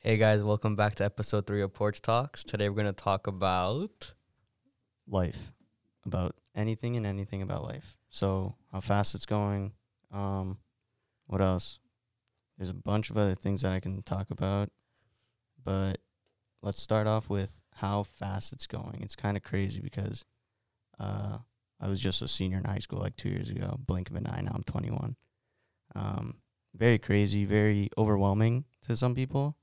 Hey guys, welcome back to episode three of Porch Talks. Today we're gonna talk about life, about anything and anything about life. So how fast it's going. Um, what else? There's a bunch of other things that I can talk about, but let's start off with how fast it's going. It's kind of crazy because uh, I was just a senior in high school like two years ago. Blink of an eye, now I'm 21. Um, very crazy, very overwhelming to some people.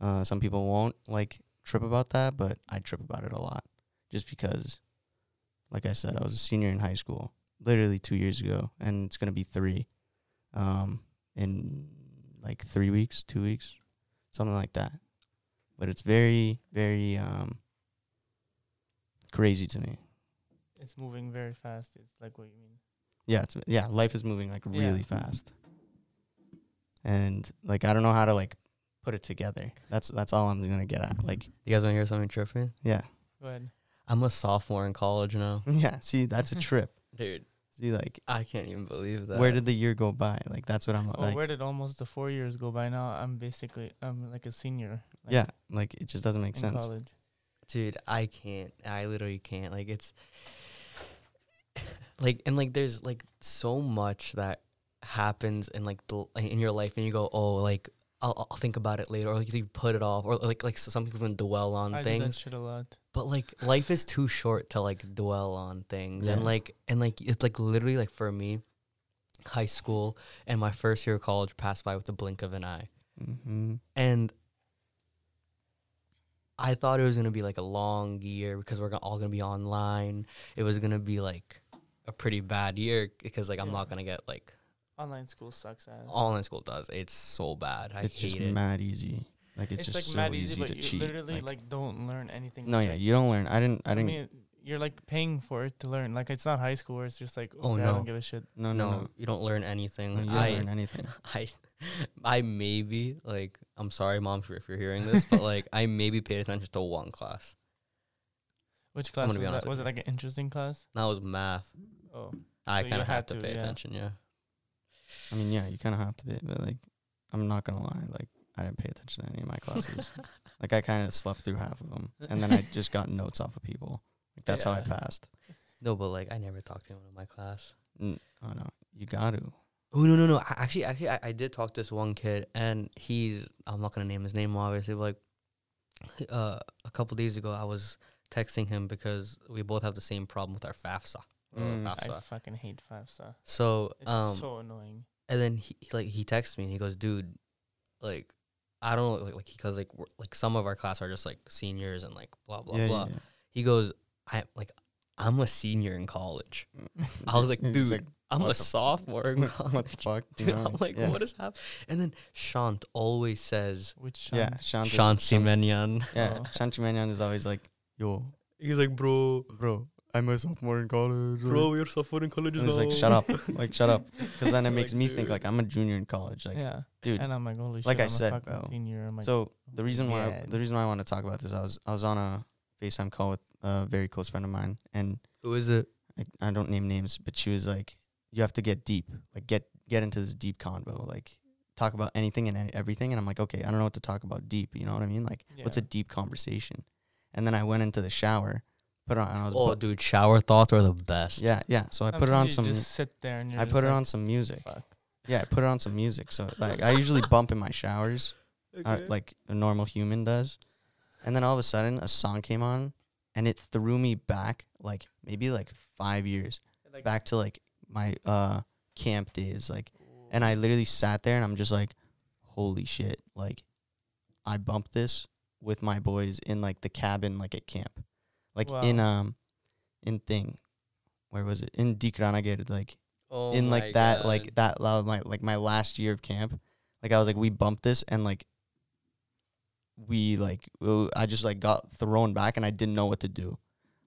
Uh, some people won't like trip about that, but I trip about it a lot just because, like I said, I was a senior in high school literally two years ago, and it's gonna be three, um, in like three weeks, two weeks, something like that. But it's very, very um, crazy to me. It's moving very fast. It's like what you mean. Yeah, it's yeah, life is moving like Yeah. really fast. And like I don't know how to like put it together. That's that's all I'm gonna get at. Like you guys wanna hear something tripping? yeah. Go ahead. I'm a sophomore in college now. Yeah, see that's a trip. Dude, See like I can't even believe that. where did the year go by? Like that's what I'm Oh, like where did almost the four years go by? Now I'm basically I'm like a senior. Like Yeah, like it just doesn't make in sense. college. dude i can't i literally can't like it's like and like there's like so much that happens in like the, in your life and you go oh like I'll, I'll think about it later or like you put it off or like like so some people can dwell on I do that things shit a lot. but like life is too short to like dwell on things and Yeah. like and like it's like literally like for me high school and my first year of college passed by with the blink of an eye hmm and I thought it was gonna be like a long year because we're go- all gonna be online. It was gonna be like a pretty bad year because like I'm not Yeah. gonna get like Online school sucks ass. online school does. It's so bad. I It's hate just it. mad easy. Like it's, it's just like so mad easy, easy, but to you cheat. literally like, like, don't learn anything. no, It's yeah, like- you don't learn. I didn't. I didn't. mean, you're like paying for it to learn. Like it's not high school where it's just like, Oh, okay, I no. don't give a shit. no, no, no, no. you don't learn anything. Like, you Like, don't I, learn anything. I, I maybe like I'm sorry, mom, if you're hearing this, but like I maybe paid attention to one class. Which class was gonna be honest that? with Was you. it like an interesting class? That was math. Oh, I So you kind of had had to, to, pay yeah. attention. Yeah. I mean, yeah, you kind of have to be, but like, I'm not gonna lie. Like, I didn't pay attention to any of my classes. like, I kind of slept through half of them, and then I just got notes off of people. Like, that's how I Yeah. passed. No, but like I never talked to anyone in my class. Mm, oh no, you got to. Oh no no no! I, actually, actually, I, I did talk to this one kid, and he's—I'm not gonna name his name, obviously. But like, uh, a couple days ago, I was texting him because we both have the same problem with our FAFSA. or Mm, I I FAFSA. fucking hate FAFSA. So, It's um, so annoying. and then he he, like he texts me and he goes, "Dude, like, I don't know, like, like because like we're, like some of our class are just like seniors and like blah blah yeah, blah." yeah, He goes, "I like, I'm a senior in college. yeah. I was like, You're just dude, I'm what a the fuck? sophomore in like, what college." the fuck? you Dude, know, I'm like, yeah. what is happening? And then Shant always says Which shunned. Yeah, Sean. Shanti Menyan. Yeah, Oh. Shanti Manyan is always like, yo, He's like, bro, bro, I'm a sophomore in college. you're suffering college And it's like, shut up, like, shut up. Because then it makes me think, like, I'm a junior in college. Like, yeah. dude, and I'm like, holy like shit, I I'm said, a fucking though, senior. I'm like, so the reason why yeah. the reason why I want to talk about this, I was I was on a FaceTime call with a very close friend of mine, and Who is it? I, I don't name names, but she was like, you have to get deep, like get get into this deep convo, like talk about anything and any- everything. And I'm like, okay, I don't know what to talk about deep. You know what I mean? Like, what's a Yeah. deep conversation? And then I went into the shower, put on, and I was, Oh, bu- dude, shower thoughts are the best. yeah, yeah. So I I'm put it telling on you, some. Just sit there and you're I just put it like, on some music. Fuck. Yeah, I put it on some music. So like I usually bump in my showers, uh, like a normal human does. And then all of a sudden, a song came on, and it threw me back like maybe like five years Like, back to like my uh camp days. Like, and I literally sat there and I'm just like, holy shit! Like, I bumped this with my boys in like the cabin, like at camp, like in um, in thing, where was it? In Dikranagir, like Oh in my like that God. like that loud my like my last year of camp like i was like we bumped this and like we like w- i just like got thrown back and i didn't know what to do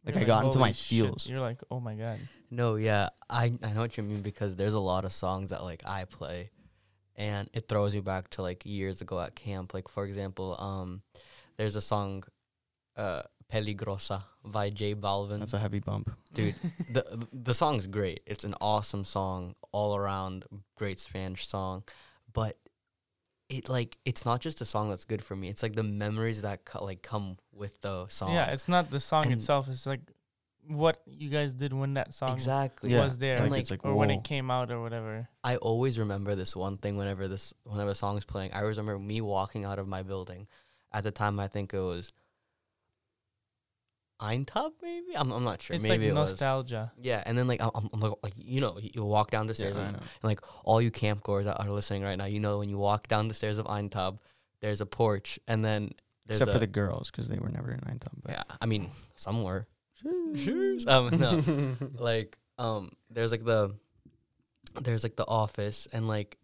like, You're I got into my "Holy shit." feels. You're like, oh my god. No, yeah, I I know what you mean because there's a lot of songs that like I play, and it throws me back to like years ago at camp. Like for example, um, there's a song, uh, Peligrosa by J Balvin. that's a heavy bump Dude, the the song's great. It's an awesome song, all around great Spanish song, but it like it's not just a song that's good for me. It's like the memories that co- like come with the song. Yeah, it's not the song And- itself. It's like what you guys did when that song exactly. Yeah, um, was there, and, like, like, it's like or when whoa. it came out, or whatever. I always remember this one thing whenever this whenever the song's playing. I always remember me walking out of my building. At the time, I think it was Eintop, maybe. I'm I'm not sure. it's maybe like it was. nostalgia. Yeah, and then like I'm, I'm like, like you know you you walk down the Yeah, stairs I and, know. and, like all you campgoers that are listening right now, you know when you walk down the stairs of Eintop, there's a porch and then there's Except a, for the girls, because they were never in ninth But yeah. I mean somewhere. um, no, like um, there's like the there's like the office and like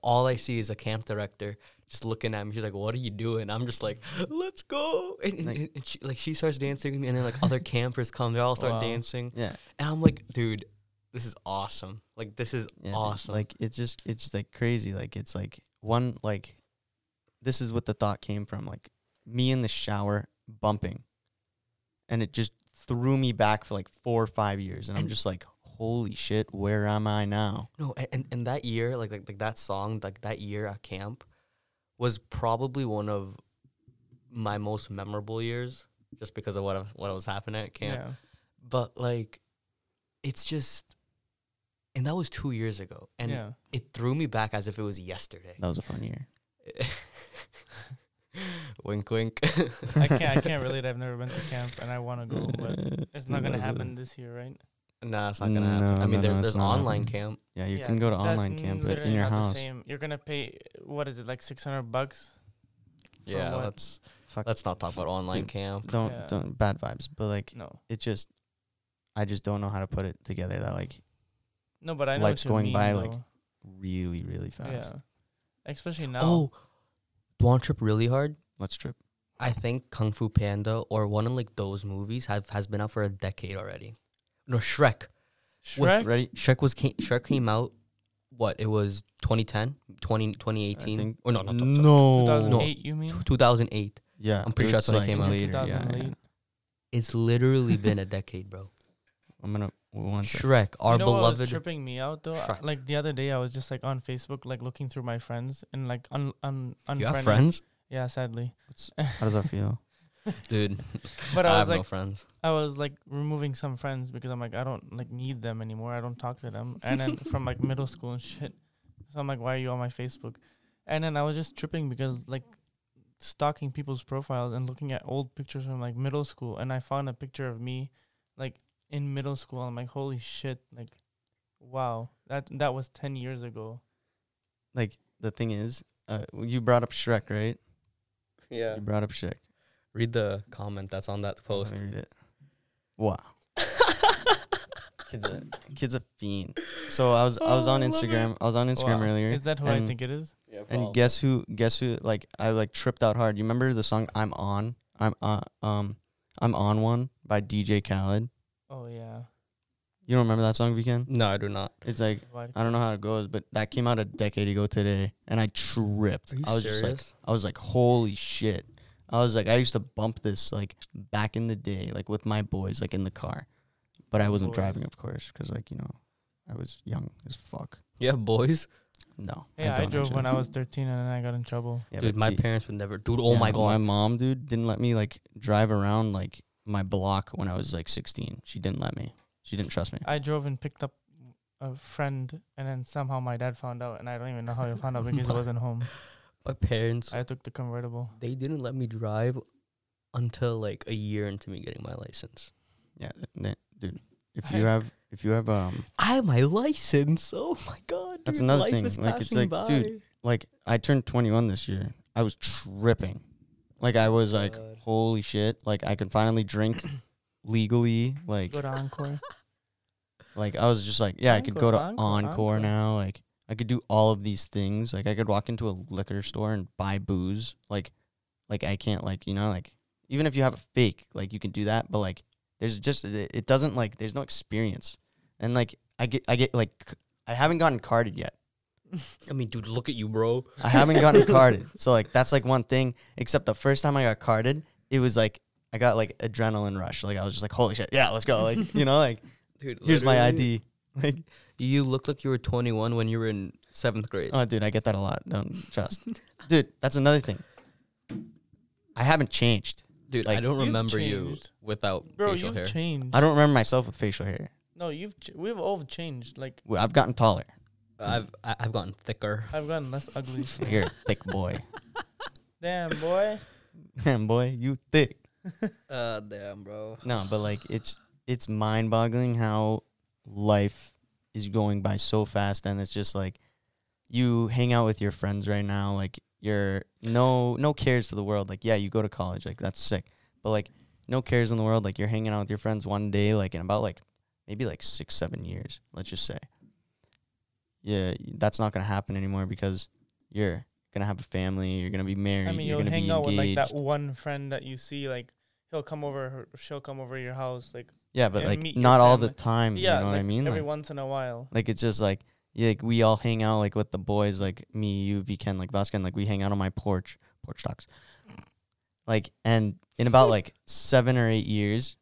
all I see is a camp director just looking at me. She's like, "What are you doing?" I'm just like, "Let's go!" And, and- Like- and she, like she starts dancing with me, and then like other campers come. They all start Wow. dancing. yeah, And I'm like, dude, this is awesome. Like, this is yeah, dude. awesome. Like it's just it's like crazy. Like it's like one like this is what the thought came from. Like me in the shower bumping, and it just threw me back for like four or five years, and I'm And- just like, holy shit, where am I now? no, a- and, and that year, like, like, like that song, like that year at camp was probably one of my most memorable years just because of what, I, what was happening at camp. But like, it's just, and that was two years ago. Yeah, And yeah. it threw me back as if it was yesterday. That was a fun year. wink, wink. I can't. I can't relate. I've never been to camp, and I want to go, but it's not gonna That's a- happen this year, right? nah, it's not going to happen. No, I mean, no, there, no, it's there's an not online happening. camp. Yeah, you Yeah, can go to That's online camp, but in literally your not house, The same. You're gonna pay. What is it like? Six hundred bucks. For Yeah, what? let's Fuck. let's not talk about online Dude, camp. don't Yeah. don't bad vibes. But like, No, it just, I just don't know how to put it together. That like no, but I know Life's what you going mean, by, like, though. really really fast. yeah, especially now. Oh, Blonde Trip really hard. Let's trip. I think Kung Fu Panda or one of like those movies have has been out for a decade already. No, Shrek. Shrek. Ready? Shrek was came, Shrek came out. What it was 2010, 20, 2018. I think- or Oh, no, not no. 2008. You mean? 2008. Yeah, I'm pretty sure it's that's when it came out. Later. yeah, yeah, 2008. yeah. It's literally been a decade, bro. I'm gonna one sec. Shrek, our you know what was beloved. tripping me out though. I- Shrek. like the other day, I was just like on Facebook, like looking through my friends and like un un unfriending. You have friends, Yeah, sadly. How does that feel? dude. But I I have was like, no friends. I was like removing some friends because I'm like, I don't like need them anymore. I don't talk to them. And then from like middle school and shit. So I'm like, why are you on my Facebook? And then I was just tripping because like stalking people's profiles and looking at old pictures from like middle school, and I found a picture of me like in middle school. I'm like, holy shit! Like, wow, that that was ten years ago. Like the thing is, uh, you brought up Shrek, right? Yeah. You brought up Shrek. Read the comment that's on that Let post. me read it. Wow. Kids a kids a fiend. So I was I was Oh, on I love it. Instagram. I was on Instagram Wow. earlier. Is that who I and- think it is? And guess who? Guess who? Like I like tripped out hard. You remember the song "I'm On"? I'm on. Um, I'm on one by DJ Khaled. Oh yeah. You don't remember that song, Vikan? no, I do not. It's like Why- I don't know how it goes, but that came out a decade ago today, and I tripped. Are you I was serious? just like, I was like, holy shit! I was like, I used to bump this like back in the day, like with my boys, like in the car, but I wasn't Boys. driving, of course, because like you know, I was young as fuck. you have boys, No, Yeah, I, don't drove actually. when I was 13 and then I got in trouble. Yeah, dude. but My see- parents would never. Dude, oh Yeah, my but god. My mom, dude, didn't let me like drive around like my block when I was like 16. She didn't let me. She didn't trust me. I drove and picked up a friend, and then somehow my dad found out, and I don't even know how he found out because he My- wasn't home. my parents I took the convertible. they didn't let me drive until like a year into me getting my license. Yeah, th- th- dude. If you have, if you have, um, I have my license. Oh my god, That's dude, another life thing, Is like, it's passing like, by. dude, like, I turned 21 this year. I was tripping. Like, I was like, God. holy shit! Like, I can finally drink legally. Like, Go to Encore. like I was just like, yeah, I could go Encore, to Encore, Encore, Encore. now. Like, I could do all of these things. Like, I could walk into a liquor store and buy booze. Like, like I can't like you know like even if you have a fake like you can do that, but like there's just it, it doesn't like there's no experience. And like I get I get like c- I haven't gotten carded yet. I mean, dude, look at you, bro. I haven't gotten carded. So like that's like one thing. Except the first time I got carded, it was like I got like adrenaline rush. Like I was just like, holy shit, yeah, let's go. Like you know like Dude, here's my literally, ID. Like You looked like you were 21 when you were in seventh grade. Oh, dude, I get that a lot. Don't trust. dude, that's another thing. I haven't changed. Dude, I like, don't You've remember you changed. without Bro, facial you've hair. changed. I don't remember myself with facial hair. no, you've ch- we've all changed. Like Well, I've gotten taller. I've I- I've gotten thicker. I've gotten less ugly. You're a thick boy. Damn boy. Man, boy, you thick. Uh, damn, bro. No, but like it's it's mind boggling how life is going by so fast and it's just like you hang out with your friends right now, like you're no no cares to the world. Like, yeah, you go to college, like that's sick. But like no cares in the world, like you're hanging out with your friends one day, like in about like maybe like six, seven years, let's just say. Yeah, that's not gonna happen anymore because you're gonna have a family, you're gonna be married, I mean, you're you'll gonna hang be out with like engaged. that one friend that you see. Like he'll come over. her- She'll come over your house. Like yeah, but and like meet your not all the family. time. yeah, you know like what I mean? every Like, once in a while. Like it's just like yeah, like we all hang out like with the boys, like me, you, V Ken, like Vasquez, like we hang out on my porch, porch talks. Like and in about like seven or eight years,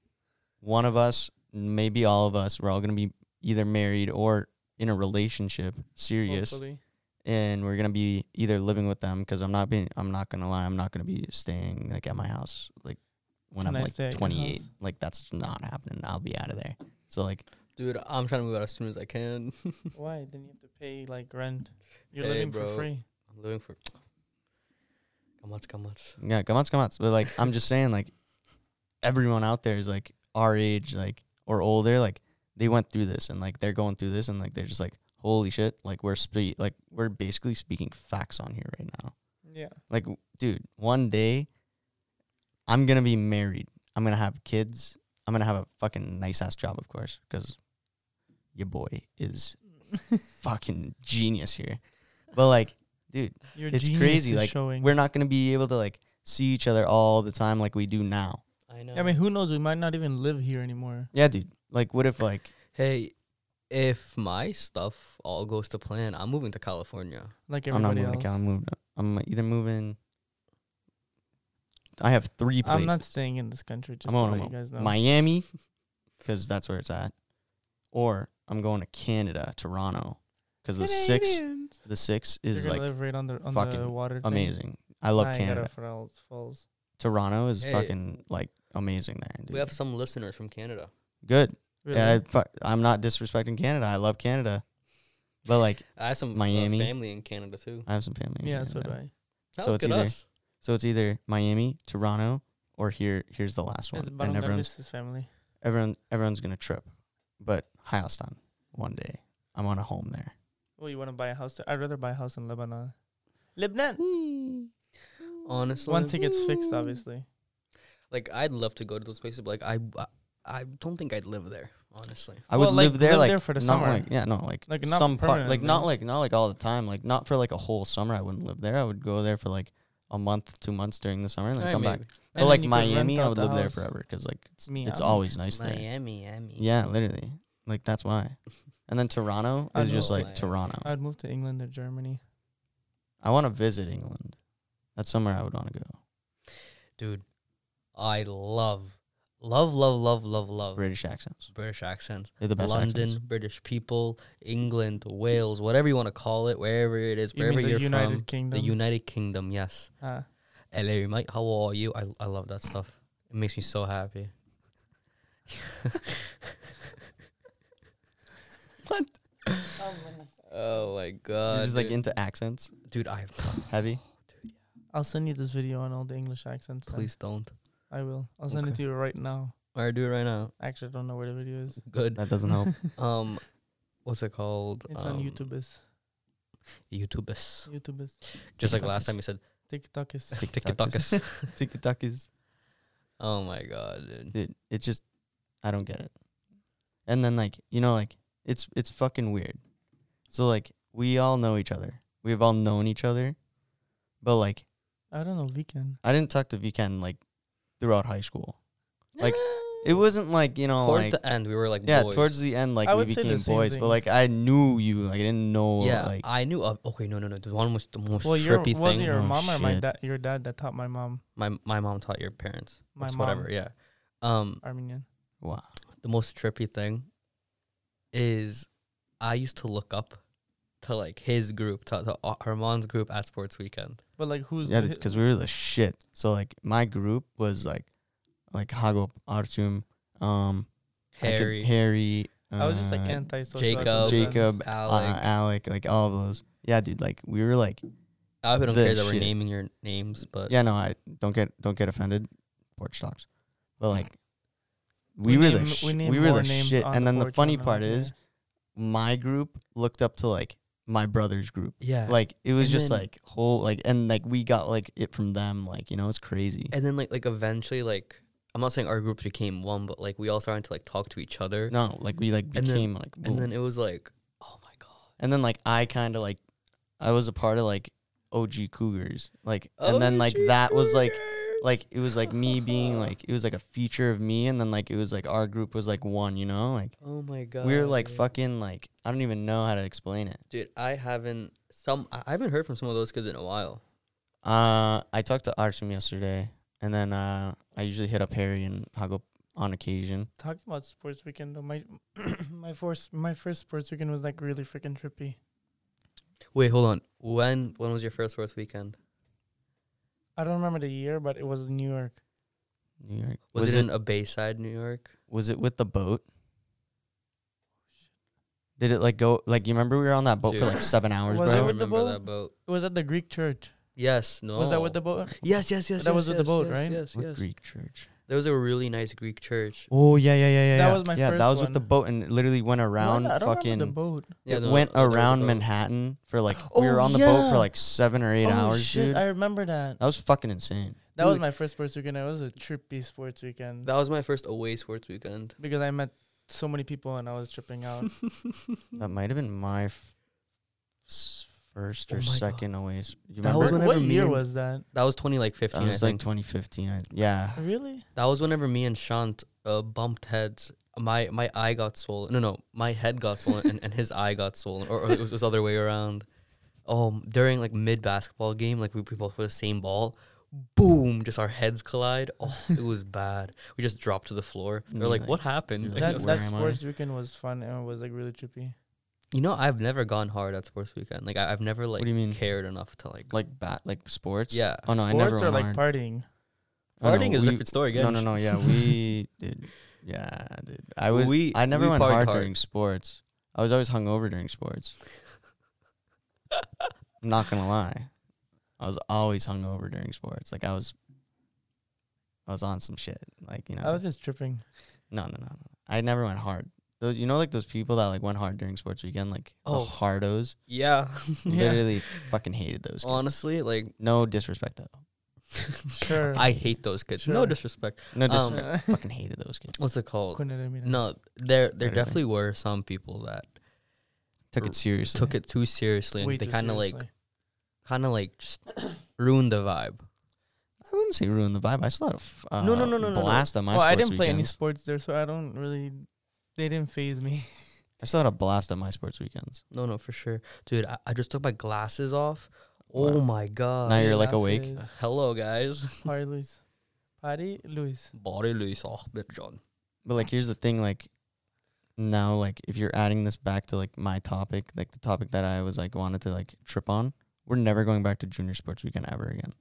one of us, maybe all of us, we're all gonna be either married or in a relationship, serious, Hopefully. and we're gonna be either living with them because I'm not being, I'm not gonna lie, I'm not gonna be staying like at my house like when Can I I'm stay like at your 28. house? Like that's not happening. I'll be out of there. So like Dude, I'm trying to move out as soon as I can. Why? Then you have to pay like rent. You're Hey, living bro. for free. I'm living for. Come on, come on. Yeah, come on, come on. But like, I'm just saying, like, everyone out there is like our age, like or older, like they went through this and like they're going through this and like they're just like, holy shit, like we're spe- like we're basically speaking facts on here right now. Yeah. Like, w- dude, one day I'm gonna be married. I'm gonna have kids. I'm gonna have a fucking nice ass job, of course, because your boy is fucking genius here. But like, dude Your It's genius crazy, is like, showing. we're not going to be able to like see each other all the time like we do now. I know. I mean, who knows? We might not even live here anymore. Yeah, dude. Like, what if like hey, if my stuff all goes to plan, I'm moving to California. Like I'm not everybody moving else. to Cal? I'm moving. I'm either moving. I have three places. I'm not staying in this country. I'm Just to going let to you guys know. Miami, because that's where it's at, or I'm going to Canada, Toronto, because the six Canadians. the six is You're gonna like live right on the on the fucking water. thing. amazing. I love Niagara Canada. Falls. Falls. Toronto is Hey. fucking like amazing there. Dude. We have some listeners from Canada. good. Really? Yeah, I, fuck, I'm not disrespecting Canada. I love Canada, but like I have some uh, Miami. family in Canada too. I have some family. in yeah. So do Canada. I. Oh, So look at it's either- us. So it's either Miami, Toronto, or here. Here's the last one, It's about and everyone's his family. everyone everyone's gonna trip. But Hyoston, one day I'm on a home there. Well, you want to buy a house? there? I'd rather buy a house in Lebanon. Lebanon. Honestly, Once it gets fixed, obviously. like I'd love to go to those places, but like I, I, I don't think I'd live there. Honestly, I Well, would like, live there live like there for the not summer. like yeah no like, Like, not some part like permanently. not like not like all the time like not for like a whole summer I wouldn't live there I would go there for like a month two months during the summer and then Alright, come back maybe. but then like you could rent Miami I out would the live there house. forever because like it's, it's Miami. always nice there Miami, Miami. yeah literally like that's why and then Toronto I'd is just love like Miami. Toronto I'd move to England or Germany. I want to visit England. That's somewhere I would want to go. dude. I love, love, love, love, love, love British accents. British accents. They're the best London, accents. British people, England, Wales, whatever you want to call it, wherever it is, You wherever mean the you're United from, Kingdom? the United Kingdom. Yes, Ah. LA, mate. How are you? I I love that stuff. It makes me so happy. what? Oh my god! You're just like dude. into accents. dude, I Heavy. I'll send you this video on all the English accents. then. please don't. I will. I'll send it Okay. to you right now. Or do it right now. Actually, I don't know where the video is. Good. That doesn't help. Um, what's it called? It's um, on YouTubers. YouTubers. YouTubers. Just like last TikTokers. time you said TikTok is. TikTokers. Tiki Takis. oh my god, dude. Dude, it just I don't get it. And then like, you know, like it's it's fucking weird. So like we all know each other. We've all known each other. But like I don't know. Weekend. I didn't talk to Viken like throughout high school. Like, It wasn't like, you know, towards like the end we were like yeah, boys. towards the end, like I we would say the became same boys, thing. but like I knew you, like I didn't know, yeah, like I knew of okay, no, no, no. The one was the most Well, your trippy was thing. it your Oh, mom or my shit. dad? Your dad that taught my mom My my mom taught your parents. My It's whatever, mom. yeah. Um, Armenian. wow. the most trippy thing is I used to look up to like his group, to, to Ar- Armand's group at Sports Weekend. But like, who's Yeah, the- because we were the shit. So like my group was like, like Hagop, Artum, um, I could- Harry, Harry. I was just like uh, anti social. Jacob, Jacob, Alec. uh, Alec, like all of those. Yeah, dude. Like we were like, I hope you don't the care that we're shit. naming your names, but yeah, no, I don't get don't get offended. Porch talks, but like We we, were name- the sh- we we, name were the more names shit. on And the then the porch funny on part that, yeah. is, my group looked up to like my brother's group. yeah. Like it was And just then- like whole like and like we got like it from them. Like you know, it's crazy. and then like like eventually like I'm not saying our groups became one, but like we all started to like talk to each other, No, like we like then- became like boom. and then it was like, oh my god. and then like I kind of like I was a part of like OG Cougars like and then like OG that was like Cougars. like it was like me being like it was like a feature of me and then like it was like our group was like one you know like oh my god. we were like dude. fucking like I don't even know how to explain it. dude. I haven't some I I haven't heard from some of those kids in a while. Uh, I talked to Arsham yesterday and then uh I usually hit up Harry and Hago on occasion. talking about sports weekend. Though, my my first my first sports weekend was like really freaking trippy. Wait, hold on. When when was your first sports weekend? I don't remember the year, but it was in New York. New York Was, it, in a Bayside, New York? was it with the boat? Did it like go like you remember we were on that boat for Dude. like seven hours, I Was bro? it don't with the remember boat? that boat. It was at the Greek church. Yes, no. Was that with the boat? Yes, yes, yes. That yes, was with the yes, boat, yes, right? Yes, What yes. Greek church? There was a really nice Greek church. Oh yeah, yeah, yeah, yeah. That yeah. was my yeah, first that was with the one. boat and it literally went around What? I don't remember fucking. the boat. Yeah, it no, went no, there was a around boat. Manhattan for like we Oh, were on the boat yeah. for like seven or eight Oh, hours, shit, dude. I remember that. that was fucking insane. That was Dude. my first sports weekend. It was a trippy sports weekend That was my first away sports weekend. because I met so many people and I was tripping out. That might have been my f- s- first Oh or my God. second Oasis. You That was remember? whenever what me year and- was that? That was 20 like 15. that was I like think. 2015. I, yeah, Really? That was whenever me and Shant uh, bumped heads. My my eye got swollen. No, no, my head got swollen and, and his eye got swollen, or, or it was the other way around. Um, during like mid basketball game, like we, we both were the same ball. Boom! Just our heads collide. Oh, it was bad. We just dropped to the floor. They're You're like, like- "What happened?" you're Like, like, it was- That where that am I? sports weekend was fun and it was like really trippy. you know, I've never gone hard at sports weekend. Like, I, I've never like do you mean? cared enough to like. like bat, like sports. Yeah, Oh no, I never. sports went are like hard. partying. Oh, no, partying is we- a different story. Again. No, no, no. Yeah, we did. Yeah, dude. I was. We- I never we went partied hard, hard. during sports. I was always hungover during sports. I'm not gonna lie. I was always hungover during sports. Like I was. I was on some shit. Like you know. I was just tripping. no, no, no, no. I never went hard. Tho- You know, like those people that like went hard during sports weekend, like Oh. the hardos. Yeah, Literally, fucking hated those. Kids. honestly, like no disrespect though. Sure. I hate those kids. No Sure. disrespect. No Um, disrespect. fucking hated those kids. What's it called? Couldn't have been No, there there Right away. definitely were some people that Took it seriously. took it too seriously and way they too kind of like seriously. kind of like just ruined the vibe. I wouldn't say ruin the vibe. I still had a f- uh, no, no, Oh, no, no. blast on my well, sports I didn't play any weekends. sports there, so I don't really. They didn't phase me. I still had a blast on my sports weekends. No, no, for sure, dude. I, I just took my glasses off. Oh Wow. my god! Now you're like awake. Glasses. Hello, guys. Party Luis. Party Luis. Body Luis Ahmed John. But like, here's the thing. Like, now, like, if you're adding this back to like my topic, like the topic that I was like wanted to like trip on, we're never going back to junior sports weekend ever again.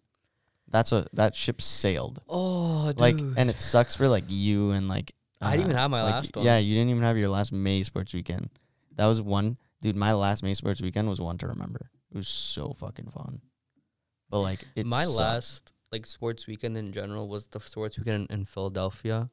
That's a that ship sailed. Oh, dude. Like, and it sucks for like you and like. I didn't even have my like, last one. Yeah, you didn't even have your last May sports weekend. That was one, dude. My last May sports weekend was one to remember. It was so fucking fun. But like, it my sucked. last like sports weekend in general was the sports weekend in, in Philadelphia,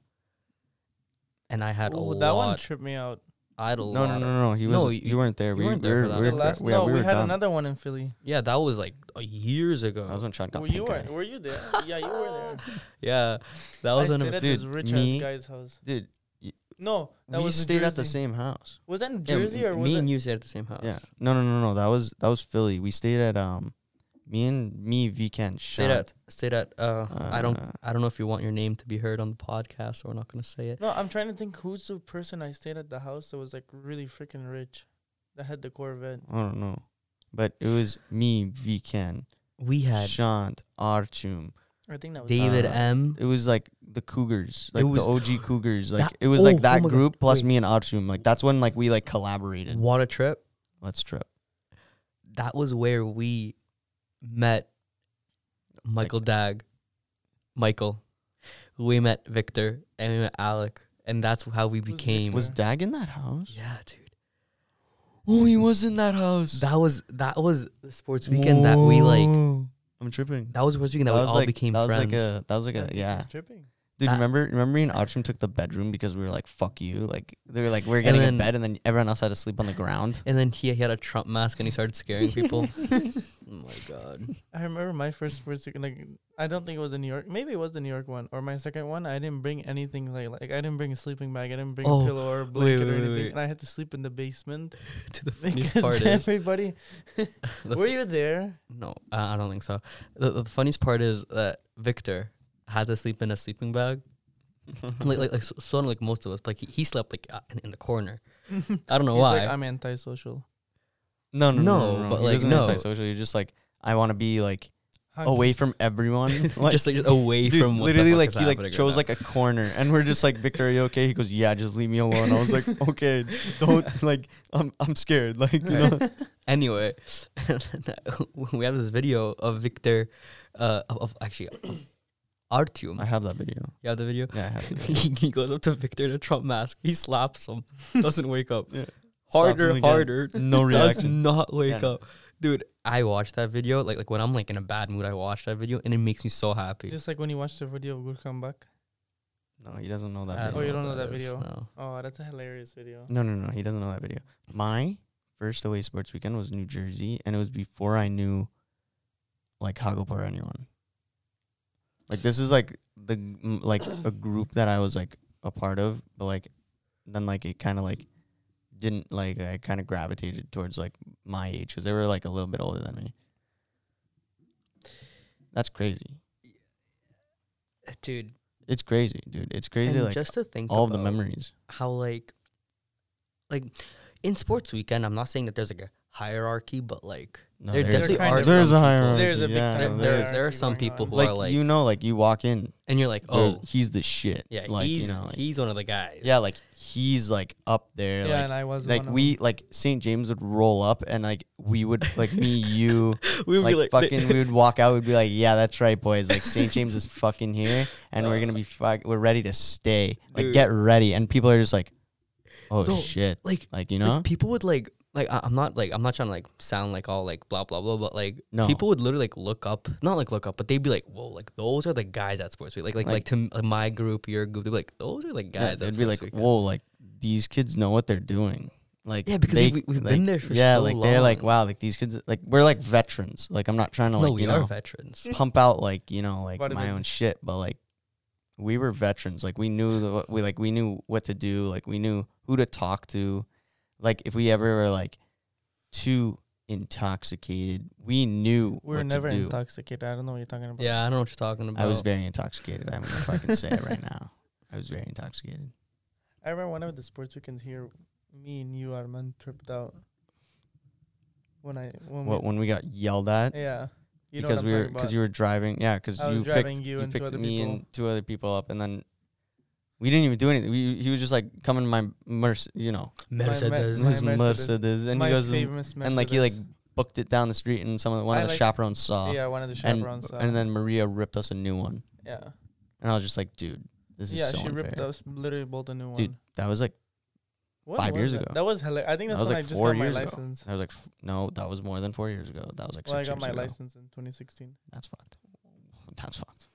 and I had Ooh, a that lot. one tripped me out. I had a No, lot. no, of- no, no. He was. No, you, you- weren't there. you we weren't weren't there there. for that we were, one. gra- Last, yeah, no, we, we, were had done. another one in Philly. Yeah, that was like uh, years ago. That was when Sean got Well, you pink were, eye. were you there? yeah, you were there. yeah, that was I an. stayed at this dude, rich me- ass guy's house. Dude, No, that we was in stayed at the Jersey. same house. Was that in Yeah, Jersey or was me it? and you stayed at the same house? Yeah. No, no, no, no. That was that was Philly. We stayed at um, me and me Vkent. Stayed Sean. at stayed at. Uh, I don't Uh, I don't know if you want your name to be heard on the podcast, so we're not gonna say it. No, I'm trying to think who's the person I stayed at the house that was like really freaking rich, that had the Corvette. I don't know, but it was me Vkent, We had Sean, Archum. I think that was David Uh, M. It was like the Cougars, like was- the OG Cougars. Like That- it oh, was oh like my that God, group plus wait. me and Archum. Like that's when like we like collaborated. What a trip! Let's trip. that was where we met Michael Dag, Michael. We met Victor and we met Alec, and that's how we Who's became. Was Yeah. Dag in that house? yeah, dude. Oh, he was in that house. That was that was the sports weekend that we like. I'm tripping. That was the sports weekend that, we was all like, became that friends. Was like a, that was like I a think he yeah. was tripping. Dude, That- remember remember me and Archim took the bedroom because we were like, fuck you. Like they were like we are And getting then- a bed and then everyone else had to sleep on the ground. and then he, he had a Trump mask and he started scaring people. oh my god. I remember my first first weekend, like I don't think it was the New York. Maybe it was the New York one or my second one. I didn't bring anything like like I didn't bring a sleeping bag. I didn't bring Oh, a pillow or a wait, blanket wait, or wait, anything. wait. And I had to sleep in the basement To the funniest because part is everybody. the were you there? No, uh, I I don't think so. The, the funniest part is that Victor had to sleep in a sleeping bag. Uh-huh. like, like, like, so, so like most of us, but like, he, he slept like uh, in, in the corner. I don't know He's why. Like, I'm antisocial. No, no, no, No, no, no, but, he like, wasn't no. antisocial. You're just like, I want to be like Oh, Hunk. away from everyone. Like, just like just away dude, from what the literally, fuck like is he happening like right chose now. like a corner, and we're just like, Victor, are you okay? He goes, Yeah, just leave me alone. I was like, Okay, don't like, I'm I'm scared. Like, you know, anyway. and then, uh, we have this video of Victor, uh, of, of actually Artyom. I have that video. You have the video. Yeah, I have. It. he, he goes up to Victor in a Trump mask. He slaps him. Doesn't wake up. Yeah. Slaps him Harder, again. harder. No does reaction. not wake Yeah. up. Dude, I watch that video. Like like when I'm like in a bad mood, I watch that video and it makes me so happy. Just like when you watched the video of Gurkham Bak. No, he doesn't know I that. Oh, Video. you don't what know that is, video? no. Oh, that's a hilarious video. No, no, no. He doesn't know that video. My first away sports weekend was New Jersey, and it was before I knew like Hagop or anyone. Like this is like the m- like a group that I was like a part of, but like then like it kind of like didn't like I kind of gravitated towards like my age because they were like a little bit older than me. That's crazy. Dude, It's crazy, dude. It's crazy. and like just to think all of the about memories. how like like in sports weekend, I'm not saying that there's like a hierarchy, but like No, there there- definitely There kind are of- some There's a people- hierarchy. There's a big yeah, There, time there- hierarchy there are some going people on. who like, are like you know, like you walk in, and you're like, oh, oh he's the shit. yeah, like he's you know, like, he's one of the guys. yeah, like he's like up there. yeah, and like I was like one of we like St. James would roll up and like we would like me, you, we would like, be like fucking, we would walk out. We'd be like, yeah, that's right, boys. Like St. James is fucking here, and we're gonna be fuck. We're ready to stay. Uh. Like Dude. get ready, and people are just like, oh No, shit, like like you Like, know, people would like like I, I'm not like I'm not trying to like sound like all like blah blah blah, but like No. people would literally like look up, not like look up, but they'd be like, whoa, like those are the guys at sports week. Like like Like- like, to m- like, my group, your group, they'd be like, those are the Yeah, guys. at they'd be sports like, weekend." whoa, like these kids know what they're doing. Like Yeah, because they- we- we've been like, there for yeah, so like they're like, long. wow, like these kids, like we're like veterans. Like I'm not trying to no, like we you are know veterans. pump out like you know like But I my mean- own shit, but like we were veterans. Like we knew the, what we like we knew what to do. Like we knew who to talk to. Like if we ever were like too intoxicated, we knew We were what never to do. intoxicated. I don't know what you're talking about. yeah, I don't know what you're talking about. I was very intoxicated. I don't know if I can say it right now. I was very intoxicated. I remember one of the sports weekends here, me and you, Armand, tripped out. When I when What we, when we got yelled at? yeah, you know because what I'm we were talking about. because you were driving. Yeah, because I you was driving picked you you, and two picked other me people. and two other people up, and then we didn't even do anything. We, he was just like coming to my merc, you know, Mercedes. my his Mercedes. Mercedes, and My he goes and, famous and, like he like Mercedes. booked it down the street, and some of the, one I, of the like- chaperones saw, yeah one of the and chaperones saw. and then Maria ripped us a new one, yeah and I was just like, dude, this is yeah so she unfair. ripped us literally both a new one. Dude, that was like When five was years that? ago. That was hilarious. I think That that's was, when like, I just four got my years ago. license. I was like, f- no, that was more than four years ago. That was like six Well, I got years my ago. license in 2016. That's fucked. That's fucked.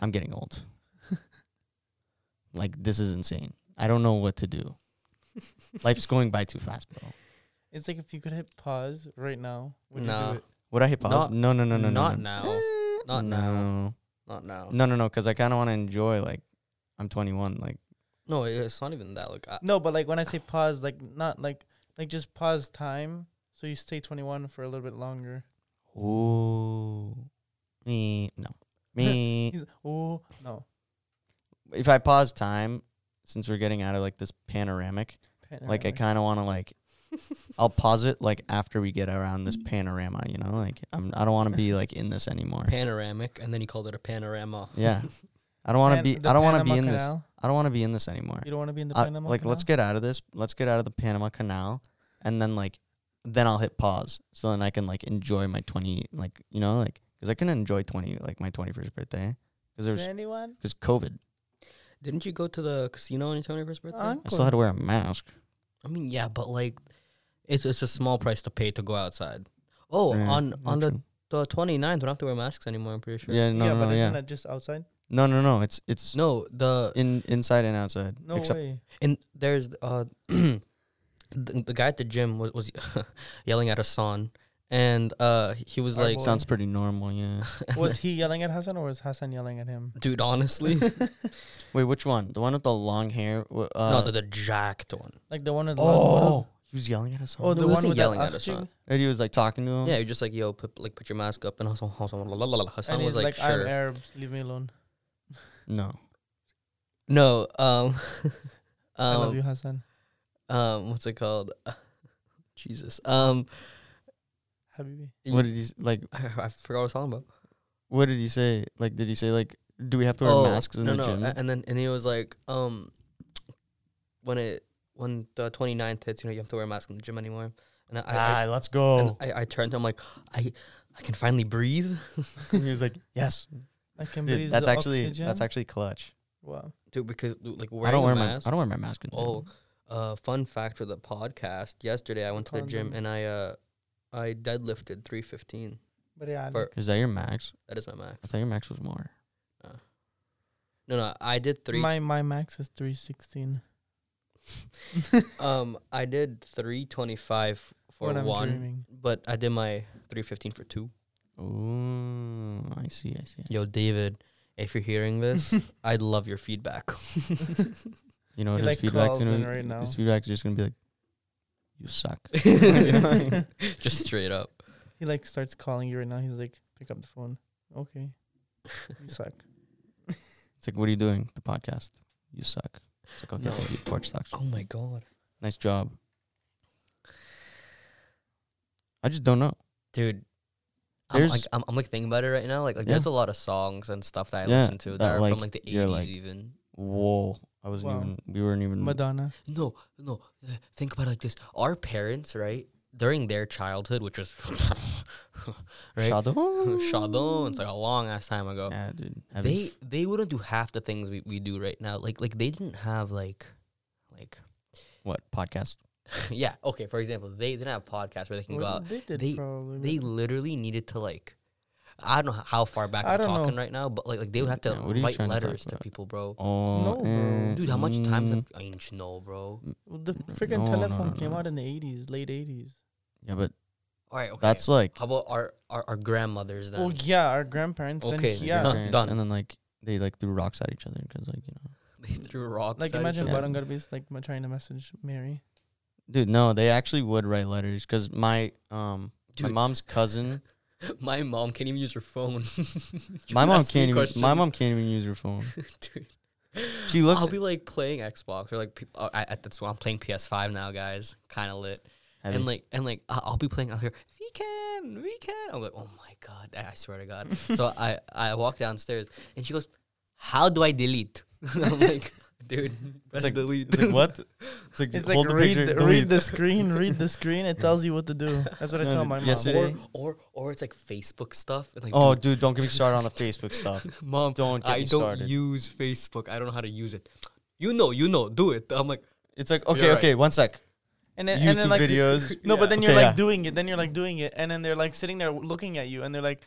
I'm getting old. like this is insane. I don't know what to do. Life's going by too fast, bro. It's like if you could hit pause right now. Would Nah. You do it? Would I hit pause? Not- no, no, no, no, no, not no. Eh, now. Not now. no. Not now. No, no, no. Because I kind of want to enjoy. Like, I'm 21. Like, No, it- it's not even that. Like uh, I, No, but like when I say pause, like not like like just pause time so you stay 21 for a little bit longer. ooh, me, no, me. He's, oh no. if I pause time, since we're getting out of like this panoramic, like I kind of want to like I'll pause it like after we get around this panorama, you know? Like I'm I don't want to be like in this anymore. panoramic, and then he called it a panorama. yeah. I don't want to Pan- be the I don't want to Panama be in this. Canal? I don't want to be in this anymore. You don't want to be in the I- Panama like let's Canal? get out of this. Let's get out of the Panama Canal and then like then I'll hit pause. So then I can like enjoy my 20, like, you know, like, because I couldn't enjoy 20, like my 21st birthday. Because there was, Anyone? because COVID. Didn't you go to the casino on your twenty first birthday? I still had to wear a mask. I mean, yeah, but like, it's it's a small price to pay to go outside. Oh, Yeah, on not on the true. the 29th, we don't have to wear masks anymore. I'm pretty sure. Yeah, no, yeah, no, but no, isn't yeah. that just outside? No, no, no. It's, it's No, the in inside and outside. No except way. and there's uh the, the guy at the gym was was yelling at Hassan, and uh he was Our like, boy. Sounds pretty normal, yeah. was he yelling at Hassan or was Hassan yelling at him? dude, honestly, Wait, which one? The one with the long hair? w- Uh, no, the, the jacked one. Like the one with oh, he was yelling at us. oh, Oh, the he one wasn't with yelling that at Hassan. Akjig? and he was like talking um, to him. Yeah, you're just like, yo, put, like put your mask up, and Hassan, Hassan, la, la, la, la. Hassan And was he's like, like, I'm sure. Arab, leave me alone. No. no, um, I love um, you, Hassan. um, what's it called? Jesus, um, Habibi. What did he s- like? I, I forgot what I was talking about. What did he say? Like, did he say like, do we have to wear masks in Oh, no, the no. gym? a- And then and he was like, um, when it when the 29th hits, you know, you have to wear a mask in the gym anymore. And I, I, Ah, let's I, and go. I, I turned to him like, I I can finally breathe, And he was like, yes, I can dude. breathe That's the actually oxygen. that's actually clutch. wow. dude. Because like wearing I don't a wear mask. my I don't wear my mask. In the oh, gym. uh, fun fact for the podcast. Yesterday, I went to the gym Condom. and I uh, I deadlifted 315. But yeah, For- is that your max? That is my max. I thought your max was more. No, no, I did three. my my max is three sixteen. um, I did 325 for when I'm one, dreaming. but I did my 315 for two. Oh, I see. I see. Yo, David, if you're hearing this, I'd love your feedback. You know He, what his like, feedback's crawls gonna in right now. his feedback's just gonna be like, you suck. Just straight up. He like starts calling you right now. He's like, pick up the phone. Okay, you suck. It's like, what are you doing? The podcast. You suck. It's like, okay, No. well, you porch sucks. Oh my god. Nice job. I just don't know. Dude. I'm like, There's- I'm, I'm like thinking about it right now. Like, like Yeah. there's a lot of songs and stuff that I Yeah, listen to that, that, are like, from like the 80s you're like- even. Whoa. I wasn't Wow. even, we weren't even. Madonna. No, no. uh, Think about it like this. Our parents, right? During their childhood, which was right? Shadow? Shadon, it's like a long ass time ago. Yeah, dude. Have you- they they wouldn't do half the things we, we do right now. Like like they didn't have like like what? Podcast? yeah okay for example they didn't have podcasts where they can go Well, out. they did they- probably. They but- literally needed to like I don't know h- how far back I I'm don't talking know. right now, but like like they would have to Yeah, what are you write trying to talk letters to, about? people, bro. Oh, No, bro. eh, Dude, how much time? mm, Have, I ain't know, bro. Well, the freaking No, no, telephone no, came no. out in the eighties, late eighties. Yeah, but All right, okay. that's like. how about our our, our grandmothers then? Oh yeah, our grandparents. Okay, And, yeah. done, parents, done. And then, like, they like threw rocks at each other because, like, you know. they threw rocks. Like at each imagine other. Yeah. Barangay is like m- trying to message Mary. Dude, no, they actually would write letters because my um Dude. my mom's cousin, my mom can't even use her phone. my Just mom ask me can't even my questions. mom can't even use her phone. Dude. She looks. I'll be like playing Xbox or like peop- uh, I, at that's why I'm playing PS5 now, guys. Kind of lit. Have and you- like and like I- I'll be playing. I'll hear we can, we can. I'm like, oh my god! I I swear to God. so I I walk downstairs and she goes, how do I delete? I'm like, dude, press like- delete. It's like what? It's like, It's just like hold the read picture. the, delete. read the screen, read the screen. It tells you what to do. That's what I No, tell dude, my mom. yesterday- Or Today? or or it's like Facebook stuff and like. Oh, dude, dude, don't get me started on the Facebook stuff. mom, Don't get I me don't started. use Facebook. I don't know how to use it. You know, you know, do it. I'm like, it's like okay, You're right. okay, one sec. And then, and YouTube then like videos. No, Yeah. but then you're Okay, like yeah. doing it. Then you're like doing it, and then they're like sitting there w- looking at you, and they're like,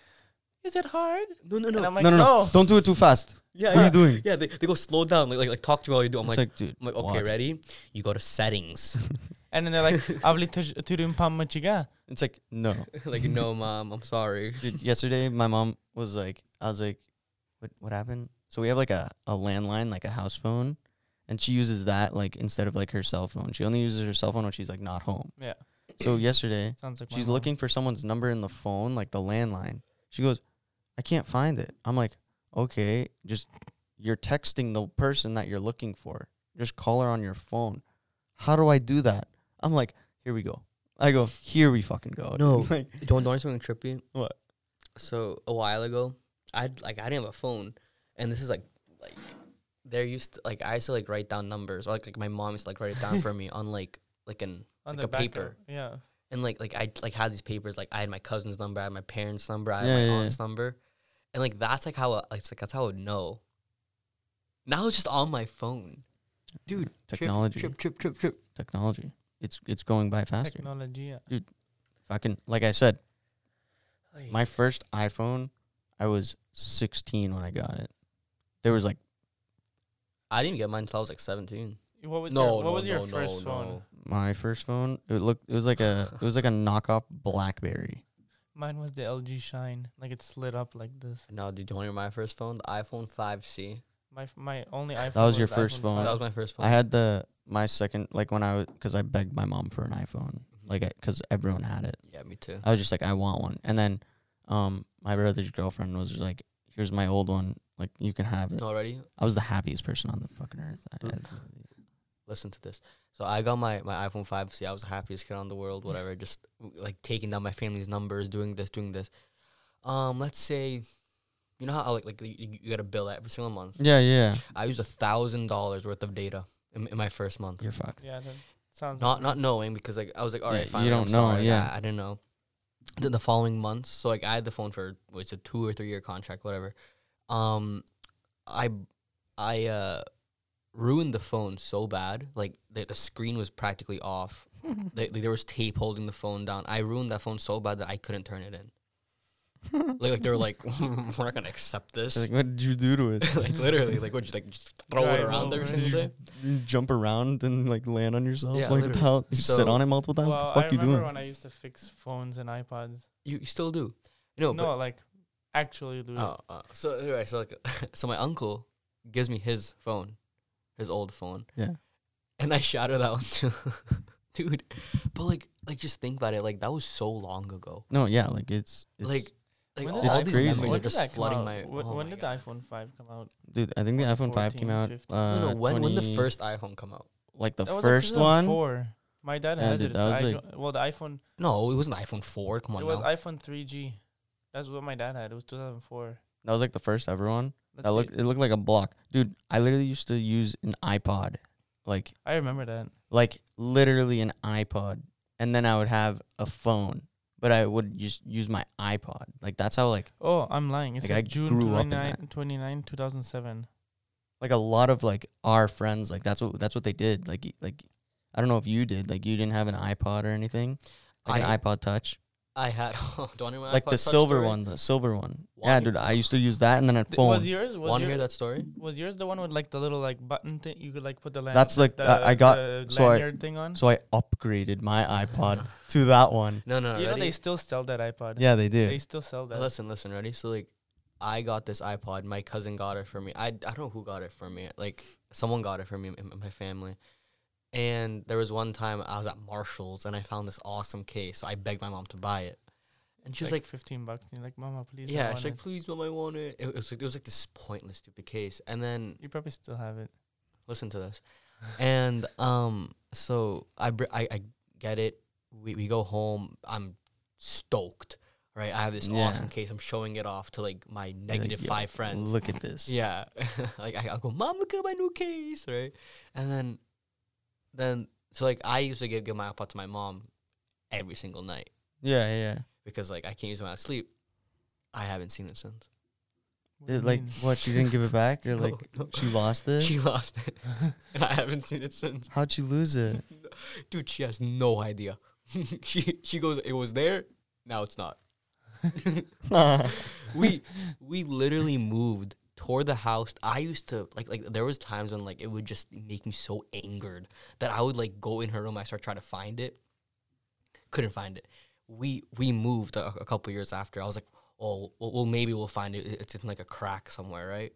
"Is it hard?" no, no, And no. I'm like, "Oh." no, no, no, "No." don't do it too fast. yeah, What are yeah. you doing? Yeah, they, they go slow down. Like, like, like talk to me while you Oh do. I'm It's like, like, dude. I'm like, okay, what? ready? You go to settings. And then they're like, "Abli tuj- turim pam machiga." It's like no, like, no, mom, I'm sorry. dude. Yesterday, my mom was like, I was like, what? What happened? So we have like a a landline, like a house phone, and she uses that like instead of like her cell phone. She only uses her cell phone when she's like not home. Yeah. So yesterday, Sounds like my She's mom. looking for someone's number in the phone, like the landline. She goes, I can't find it. I'm like, okay, just you're texting the person that you're looking for. Just call her on your phone. How do I do that? I'm like, here we go. I go, here we fucking go. No. like, Don't don't something trippy. What? So a while ago, I like I didn't have a phone, and this is like like there used to, like I used to like write down numbers or like, like my mom used to like write it down for me on like like an on like the a back paper. of- Yeah. and like like I like had these papers. Like I had my cousin's number, I had my parents' number, I had Yeah, my yeah, yeah. aunt's number, and like that's like how I, it's like that's how I would know. Now it's just on my phone, dude. trip, Technology. Trip, trip, trip, trip. Technology. It's it's going by faster. Technology. Yeah. Fucking like I said, my first iPhone, I was 16 when I got it. There was like I didn't get mine until I was like seventeen. What was no, your, what no, was your no, first no, phone? no. my first phone. It looked it was like a it was like a knockoff BlackBerry. Mine was the LG Shine. Like it slid up like this. No, dude, don't hear my first phone. The iPhone 5C. My f- my only iPhone. was your the first iPhone phone. That 5. was my first phone. Uh, I had the my second like when I was because I begged my mom for an iPhone Mm-hmm. like because everyone had it. yeah, me too. I was just like, I want one. And then um, my brother's girlfriend was just like, here's my old one. Like, you can have it. Already, I was the happiest person on the fucking earth. I, Mm. listen to this. So I got my, my iPhone 5C. I was the happiest kid on the world, whatever. Just like taking down my family's numbers, doing this, doing this. Um, let's say, you know how like like you, you get a bill every single month. yeah, yeah. I used a thousand dollars worth of data in, in my first month. You're fucked. Yeah, that sounds. Not not knowing because like I was like, all Yeah, right, you fine. don't I'm know, sorry, yeah. I, I didn't know. Then the following months, so like I had the phone for well, it's a two or three year contract, whatever. Um, I I uh ruined the phone so bad, like the, the screen was practically off. They, like, there was tape holding the phone down. I ruined that phone so bad that I couldn't turn it in. Like, like they were like, we're not gonna accept this. Like, Like, what did you do to it? literally, like would you like just throw Drive it around every over. single day? You jump around and like land on yourself. Yeah, like, what the literally. hell? You sit So- on it multiple times. Well, What the I fuck you remember doing? when I used to fix phones and iPods. You, you still do. No, No, but like actually do it. Oh, uh, so anyway, so like, so my uncle gives me his phone, his old phone, yeah. and I shatter that one too, dude. But like, like just think about it, like that was so long ago. No, yeah. Like, it's, it's like, like When all, did all that these crazy. memories When are did that just come flooding out? my. Wh- oh when my did God. the iPhone 5 come out? dude, I think the iPhone 5 came 14, out. 15. Uh, no, no. When when the 20 first iPhone come out? Like, the That was like first one. 2004. My dad Yeah, has dude, it. that It's the was iPhone- well, the iPhone. No, it wasn't iPhone four. Come on It was now. iPhone 3G. That's what my dad had. It was 2004. That was like the first ever one. Let's That see. looked, it looked like a block. Dude, I literally used to use an iPod. Like, I remember that. like literally an iPod, and then I would have a phone, but I would just use my iPod. Like that's how like Oh, I'm lying. It's Like, like, I June grew up in 29, 29, 2007. like a lot of like our friends like that's what that's what they did. Like y- like I don't know if you did like you didn't have an iPod or anything. Like I- an iPod Touch, I had. Oh, do you want to hear my like iPod the Touch silver story? one, the silver one. Why? Yeah, dude, I used to use that, and then a Th- phone. Was yours? Was, Want to your, hear that story? was yours the one with like the little like button thing? You could like put the lanyard. That's like- the, I- I got- the so I- lanyard thing on. so I upgraded my iPod to that one. No, no. you know ready? they still sell that iPod. Yeah, they do. They still sell that. Listen, listen, ready? So like, I got this iPod. My cousin got it for me. I I don't know who got it for me. Like someone got it for me in in my family. And there was one time I was at Marshalls and I found this awesome case. So I begged my mom to buy it, and It's she was like, 15 bucks. And you're like, Mama, please. I "Yeah." want She's like, it." "Please, mom, I want it." It was like it was like this pointless stupid case. And then You probably still have it. listen to this. And um, so I br- I, I get it. We we go home. I'm stoked, right? I have this Yeah. awesome case. I'm showing it off to like my They're like, negative "Yo, five friends. Look at this. Yeah, like I, I'll go, mom, look at my new case, right? And then, then so like I used to give give my iPod to my mom every single night yeah, yeah. because like I can't use it when I sleep. I haven't seen it since. What do yeah. you It, like mean? what? You didn't give it back? You're No, like no. she lost it. She lost it, and I haven't seen it since. How'd she lose it? Dude, she has no idea. she she goes, it was there, now it's not. we we literally moved toward the house. I used to like like there was times when like it would just make me so angered that I would like go in her room. I start trying to find it, couldn't find it. We we moved a, a couple years after. I was like, oh well, well maybe we'll find it. It's in like a crack somewhere, right?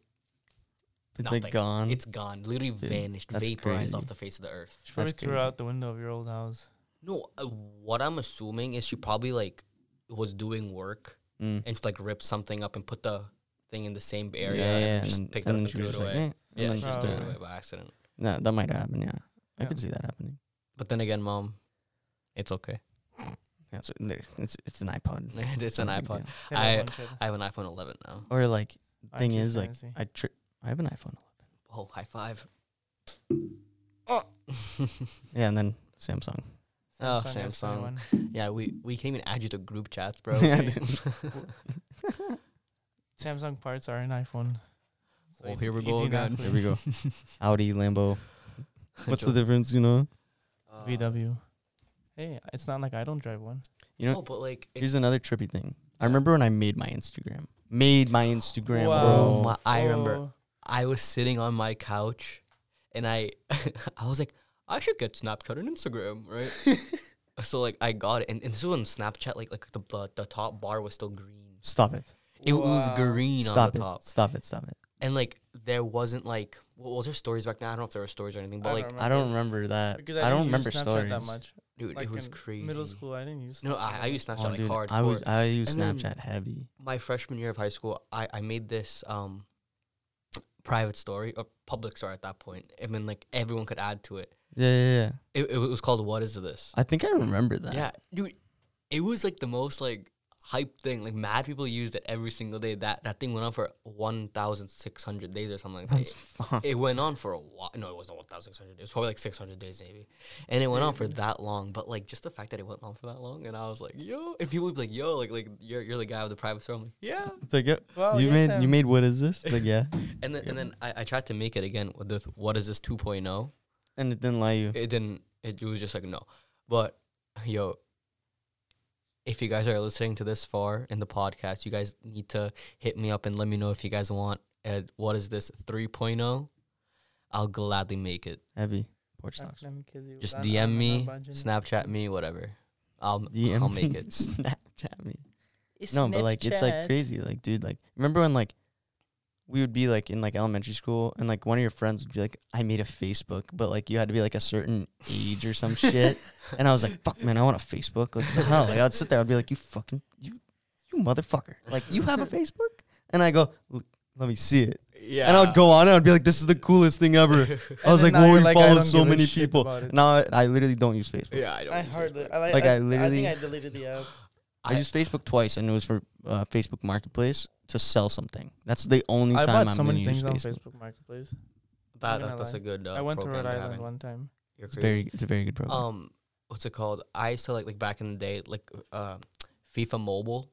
It's like gone. It's gone. Literally vanished, Mm. that's vaporized off crazy. the face of the earth. She probably That's threw crazy. out the window of your old house. No, uh, what I'm assuming is she probably like was doing work Mm. and like ripped something up and put the thing in the same area yeah, and yeah. just and- picked and it up and then she threw was it just away. like, "Eh," and yeah, then she she just threw it Probably. away by accident. No, that might happen. Yeah, I Yeah. could see that happening. But then again, mom, it's okay. Yeah, so there- it's it's an iPod. it's an not a big iPod. deal. Then I- won't shit. I have an iPhone 11 now. Or like I thing keep is like fantasy. I tri- I have an iPhone. Oh, high five. Yeah, and then Samsung. Oh, S21. Samsung. Yeah, we we can't even add you to group chats, bro. Yeah, okay. dude. Samsung parts are an iPhone. Oh, it's here we go easy enough again. with Here we go. Audi, Lambo. What's the difference, you know? Uh, VW. Hey, it's not like I don't drive one. You know, No, but like, it- here's another trippy thing. I remember when I made my Instagram. Made my Instagram, oh Wow. bro. my, I remember Oh, I was sitting on my couch, and I I was like, I should get Snapchat and Instagram, right? so like, I got it, and, and this was when Snapchat, like like the bu- the top bar was still green. Stop it. It was wow. green on Stop the it. top, Stop it. Stop it. and like there wasn't like what was there stories back then? I don't know if there were stories or anything, but I like, don't I don't remember that. Because I, didn't don't use remember Snapchat stories. that much. dude, Like it was in crazy. Middle school, I didn't use. No, Snapchat I, I that used Oh, Snapchat like dude, hardcore. I was I use And then- Snapchat heavy. my freshman year of high school, I, I made this um private story or public story at that point. I mean, like everyone could add to it. Yeah, yeah, yeah. It, it was called "What Is This?" I think I remember that. Yeah, dude, it was like the most like hype thing. Like mad people used it every single day. That that thing went on for one thousand six hundred days or something like that. That's fun. It went on for a while. No, it wasn't 1,600. It was probably like 600 days, maybe. And it went on for Dude. that long. But like, just the fact that it went on for that long, and I was like, yo, and people would be like, yo, like, like you're you're the guy with the private store. I'm like, yeah. It's like, yep. Well, you yes, made you Sam. made what is this? It's like, yeah. And then and then I, I tried to make it again with this, what is this oh? 2.0? And it didn't lie you. It didn't. It was just like no. But yo, if you guys are listening to this far in the podcast, you guys need to hit me up and let me know if you guys want. Uh, what is this 3.0? I'll gladly make it. Heavy. Porch Snap- talks. let me kiss you. Just That- DM I'm me, not budging. Snapchat me, whatever. I'll DM I'll me, make it. Snapchat me. No, but like it's Snapchat. like crazy. Like, dude, like remember when like we would be like in like elementary school and like one of your friends would be like, I made a Facebook, but like you had to be like a certain age or some shit. And I was like, fuck man, I want a Facebook. Like what the hell? Like I'd sit there, I'd be like, You fucking you you motherfucker. Like you have a Facebook? And I go, "L- let me see it. yeah. And I would go on and I'd be like, This is the coolest thing ever. I And was like, then now Whoa, you're you like, I follow don't so give a many shit people. about it. Now I, I literally don't use Facebook. yeah, I don't. I use hardly. Facebook. I, Like, I, I literally- I think I deleted the app. I, I- used Facebook twice, and it was for uh, Facebook Marketplace to sell something. That's the only I time bought I'm so going to many use things on Facebook. Facebook Marketplace. That, I'm gonna that's lie. a good. Uh, I went to program Rhode you're Island having. one time. You're It's crazy. very, it's a very good program. um what's it called i used to like like back in the day like uh fifa mobile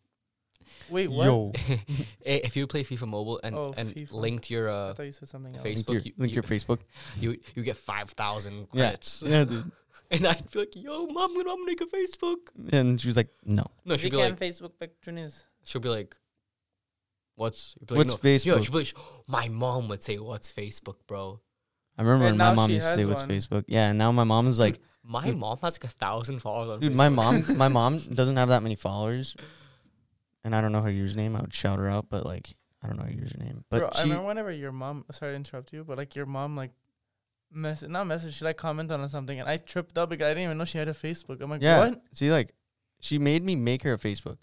Wait, what? Yo, I- Eh, if you play fifa mobile and Oh, and FIFA. linked your I uh thought you said something else. Face- link your, Facebook, you- link you- your Facebook. you you get 5000 Yeah. credits yeah, dude. and i'd be like yo mom i'm gonna make a facebook And she was like, "No, no she'd be Became like Facebook Patronis. she'll be like what's you'd be like, what's no. Yo, Facebook?" she'd be like, my mom would say what's facebook bro I remember And when my now mom she used to say, has "What's one. Facebook?" Yeah, and now my mom is like, my Dude. mom has like a thousand followers on "Dude, Facebook. my mom, my mom doesn't have that many followers, and I don't know her username. I would shout her out, but like, I don't know her username. But Bro, I she, remember whenever your mom. Sorry to interrupt you, but like your mom, like. Mess not message. She like commented on something, and I tripped up because I didn't even know she had a Facebook. I'm like, yeah, what? see, like, she made me make her a Facebook.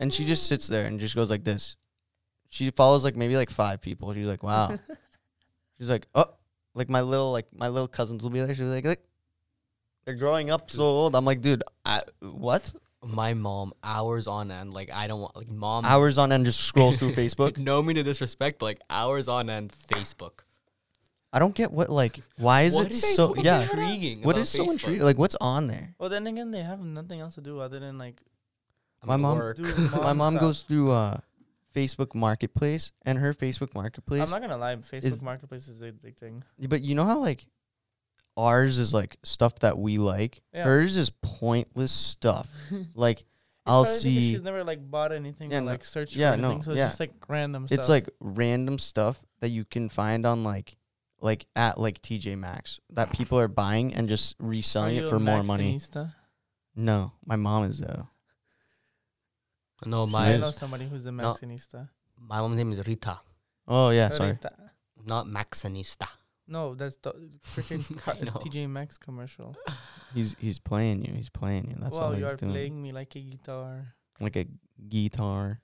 and she just sits there and just goes like this. She follows like maybe like five people. She's like, wow. She's like, oh, like my little like my little cousins will be there. She's like, like they're growing up so old. I'm like, dude, I, what? my mom hours on end like i don't want like mom Hours on end just scrolls through Facebook. no mean to disrespect but like hours on end facebook I don't get what like why is What it so yeah? intriguing? What about is so Facebook? intriguing? Like what's on there? Well, then again, they have nothing else to do other than like I'm My at mom- work. do my mom stuff. goes through uh Facebook Marketplace and her Facebook Marketplace I'm not gonna lie, is- Facebook Marketplace is a big thing. But you know how like ours is like stuff that we like. Yeah. Hers is pointless stuff. like It's I'll probably because see. She's never like bought anything Yeah, or no- like searched yeah, for anything, no, so it's yeah. just like random stuff. It's like random stuff that you can find on like like at like TJ Maxx that people are buying and just Are reselling you it a for more money. Maxinista? No, my mom is though. No, I my is. know somebody who's a Maxinista. my mom's name is Rita, Oh yeah, sorry. Rita- not Maxinista. No, that's the freaking I car- know. TJ Maxx commercial. He's he's playing you. He's playing you. That's wow, all you he's are doing. playing me like a guitar. Like a guitar.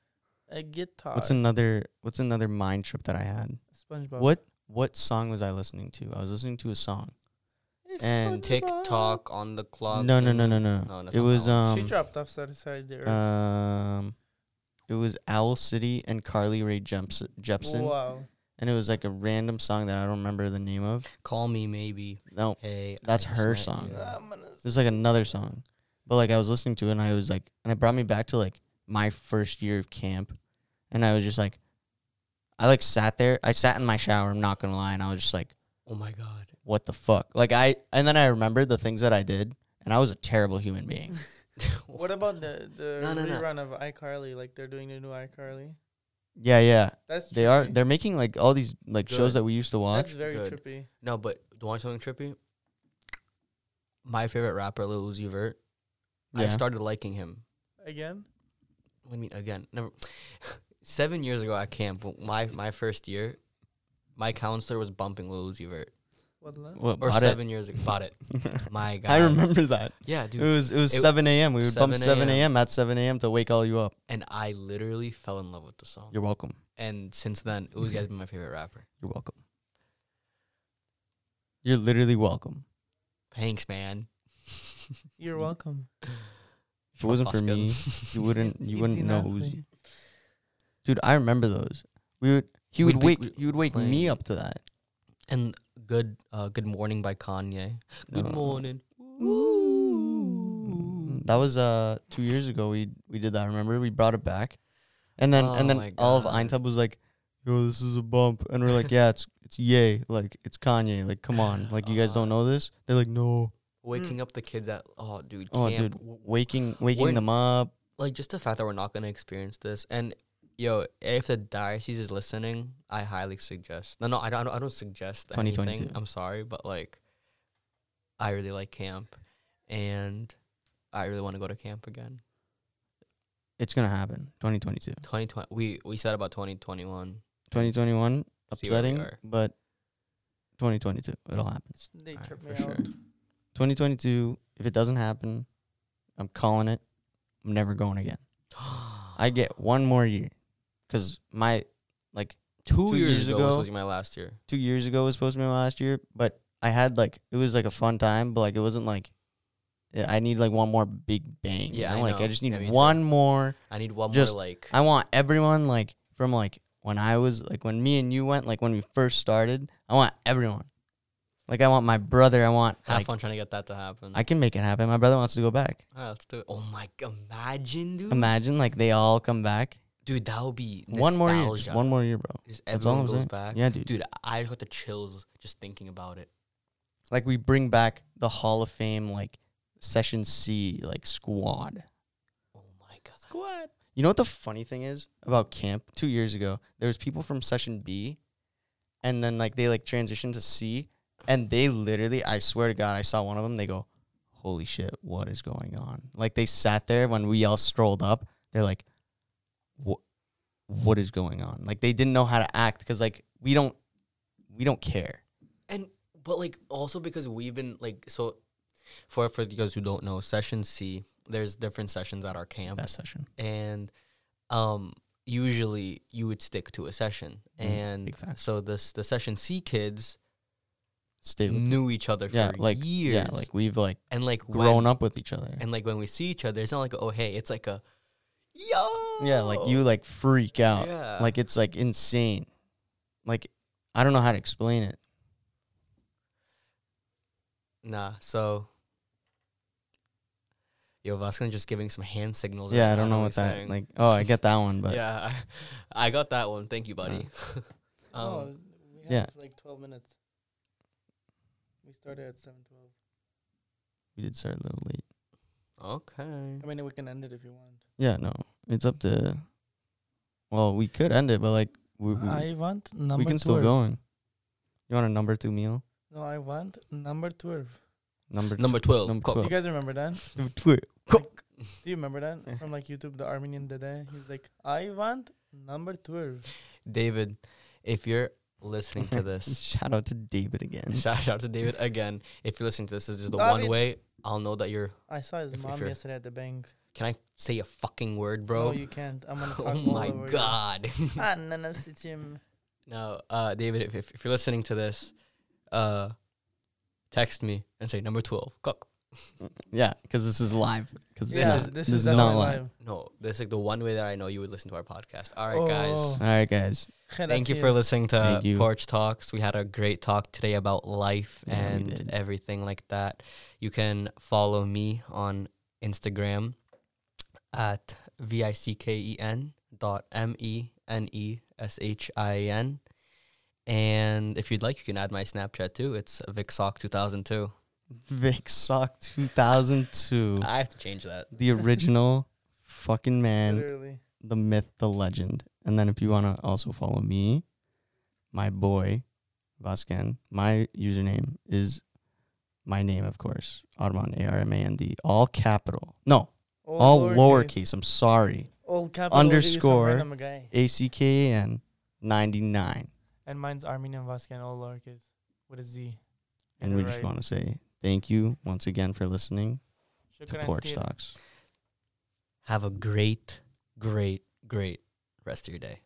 A guitar. What's another what's another mind trip that I had? SpongeBob. What what song was I listening to? I was listening to a song. It's and SpongeBob. TikTok on the clock. No, no, no, no, no. No, that's it not was that um, she dropped off sorry, sorry, the earth. um, it was Owl City and Carly Rae Jepsen, Jepsen, Wow. and it was like a random song that I don't remember the name of. Call me maybe. No, Hey, I That's just her met song. Um, you. This is like another song, But like I was listening to it and I was like and it brought me back to like my first year of camp and I was just like I like sat there. I sat in my shower, I'm not gonna lie, and I was just like, Oh my god. what the fuck? Like I and then I remembered the things that I did and I was a terrible human being. What about the the No, no, no. rerun of iCarly? Like they're doing the new iCarly. yeah, yeah. That's They are trippy. they're making like all these like shows Good. that we used to watch. That's very Good. trippy. no, but do you want something trippy? My favorite rapper, Lil Uzi Vert. I Yeah. started liking him. Again, I mean, again, never. Seven years ago at camp, w- my my first year, my counselor was bumping Lil Uzi Vert. what left? What, Or bought it? seven years ago, bought it. My God, I remember that. Yeah, dude. it was it was it- seven AM. We would bump 7 seven a.m. AM at seven AM to wake all you up. And I literally fell in love with the song. You're welcome. And since then, Uzi has been my favorite rapper. You're welcome. You're literally welcome. Thanks, man. You're welcome. If it wasn't for me, you wouldn't you wouldn't know who's Exactly. Dude, I remember those. We would he We'd would be- wake we- you would wake playing- me up to that. And good, uh, good morning by Kanye. Good Uh, morning. That was uh two years ago. We we did that. Remember, we brought it back, and then Oh and my then all of God. Eintub was like, "Yo, this is a bump," and we're like, "Yeah, it's it's yay, like it's Kanye, like come on, like you guys Uh, don't know this." They're like, "No, Mm. Waking up the kids at oh, dude, oh camp. dude, waking waking when- them up." like just the fact that we're not gonna experience this and yo if the diocese is listening i highly suggest no no i don't i don't suggest anything 2022. i'm sorry but like i really like camp and i really want to go to camp again It's gonna happen. 2022, 2020 we we said about 2021 2021, See where we upsetting, are. but 2022, it'll happen. They Alright, trip for me sure. out. 2022, if it doesn't happen, I'm calling it. I'm never going again. I get one more year, cause my like two, two years, years ago, was ago- supposed to be my last year two years ago was supposed to be my last year, but I had like it was like a fun time, but like it wasn't like yeah, I need like one more big bang. you Yeah, I know? like know. I just Yeah, me need too. one more. i need one Just- more like I want everyone like from like when I was like when me and you went like when we first started. I want everyone. Like I want my brother. I want have like, fun trying to get that to happen I can make it happen. My brother wants to go back. all right let's do it oh my g- imagine dude Imagine like they all come back. dude that would be One more year. just nostalgia. One more year, bro. Just That's all everyone I'm goes saying. back Yeah, dude. Dude, I got the chills just thinking about it. Like we bring back the Hall of Fame like session C like squad. Oh my god. Squat. You know what the funny thing is about camp? Two years ago, there was people from session B, and then like they like transitioned to C, and they literally, I swear to God, I saw one of them. They go, "Holy shit, what is going on?" Like they sat there when we all strolled up. They're like, "What? What is going on?" Like they didn't know how to act because like we don't, we don't care. And but like also because we've been like so for for you guys who don't know, session C, there's different sessions at our camp That session, and um usually you would stick to a session. Mm, and big facts. so this the session C kids stay with knew each other for yeah, like years. yeah, like we've like and like grown when, up with each other. and like when we see each other, it's not like oh hey, it's like a yo yeah, like you like freak out. yeah. Like it's like insane. Like I don't know how to explain it. Nah, so Yo, Vasquez just giving some hand signals. right yeah, I now, don't know what he's that saying. like. Oh, I get that one, but yeah, I, I got that one. Thank you, buddy. um, oh, we have yeah. like 12 minutes. We started at 7:12. we did start a little late. Oh. okay. I mean, we can end it if you want. Yeah, no, it's up to. Well, we could end it, but like we we, I want number. we can still 12. going. You want a number two meal? No, I want number 12. Number Number twelve. number Cook. You guys remember that? number two. Cook. Do you remember that from like YouTube, the Armenian Dede? He's like, I want number 12. David, if you're listening to this, Shout out to David again. shout out to David again. If you're listening to this, this is the David. one way I'll know that you're. I saw his If- if mom you're- yesterday at the bank. Can I say a fucking word, bro? No, you can't. I'm gonna. oh talk all my over you. god. Ah, no, no, sit him. No, uh, David, if, if, if you're listening to this, uh, text me and say number 12. Cook. Yeah, because this is live. Because Yeah, This this is- is, definitely not live. live. No, that's like the one way that I know you would listen to our podcast. All right, guys. Oh. All right, guys. Thank you for Gracias. listening to Thank you. Porch Talks. We had a great talk today about life Yeah, we and did. everything like that. You can follow me on Instagram at v i c k e n dot m e n e s h i n, and if you'd like, you can add my Snapchat too. It's vicsock two thousand two. Vic Sock 2002. I have to change that. the original fucking man, Literally. the myth, the legend. And then if you want to also follow me, my boy, Vascan, my username is my name, of course, Armand, A R M A N D, all capital. No, all lowercase. I'm sorry. All capital. Underscore. I'm a guy. A C K A N 99. And mine's Armenian Vascan, all lowercase. With a Z. And we just want to say thank you once again for listening to Porch Talks. Have a great, great, great rest of your day.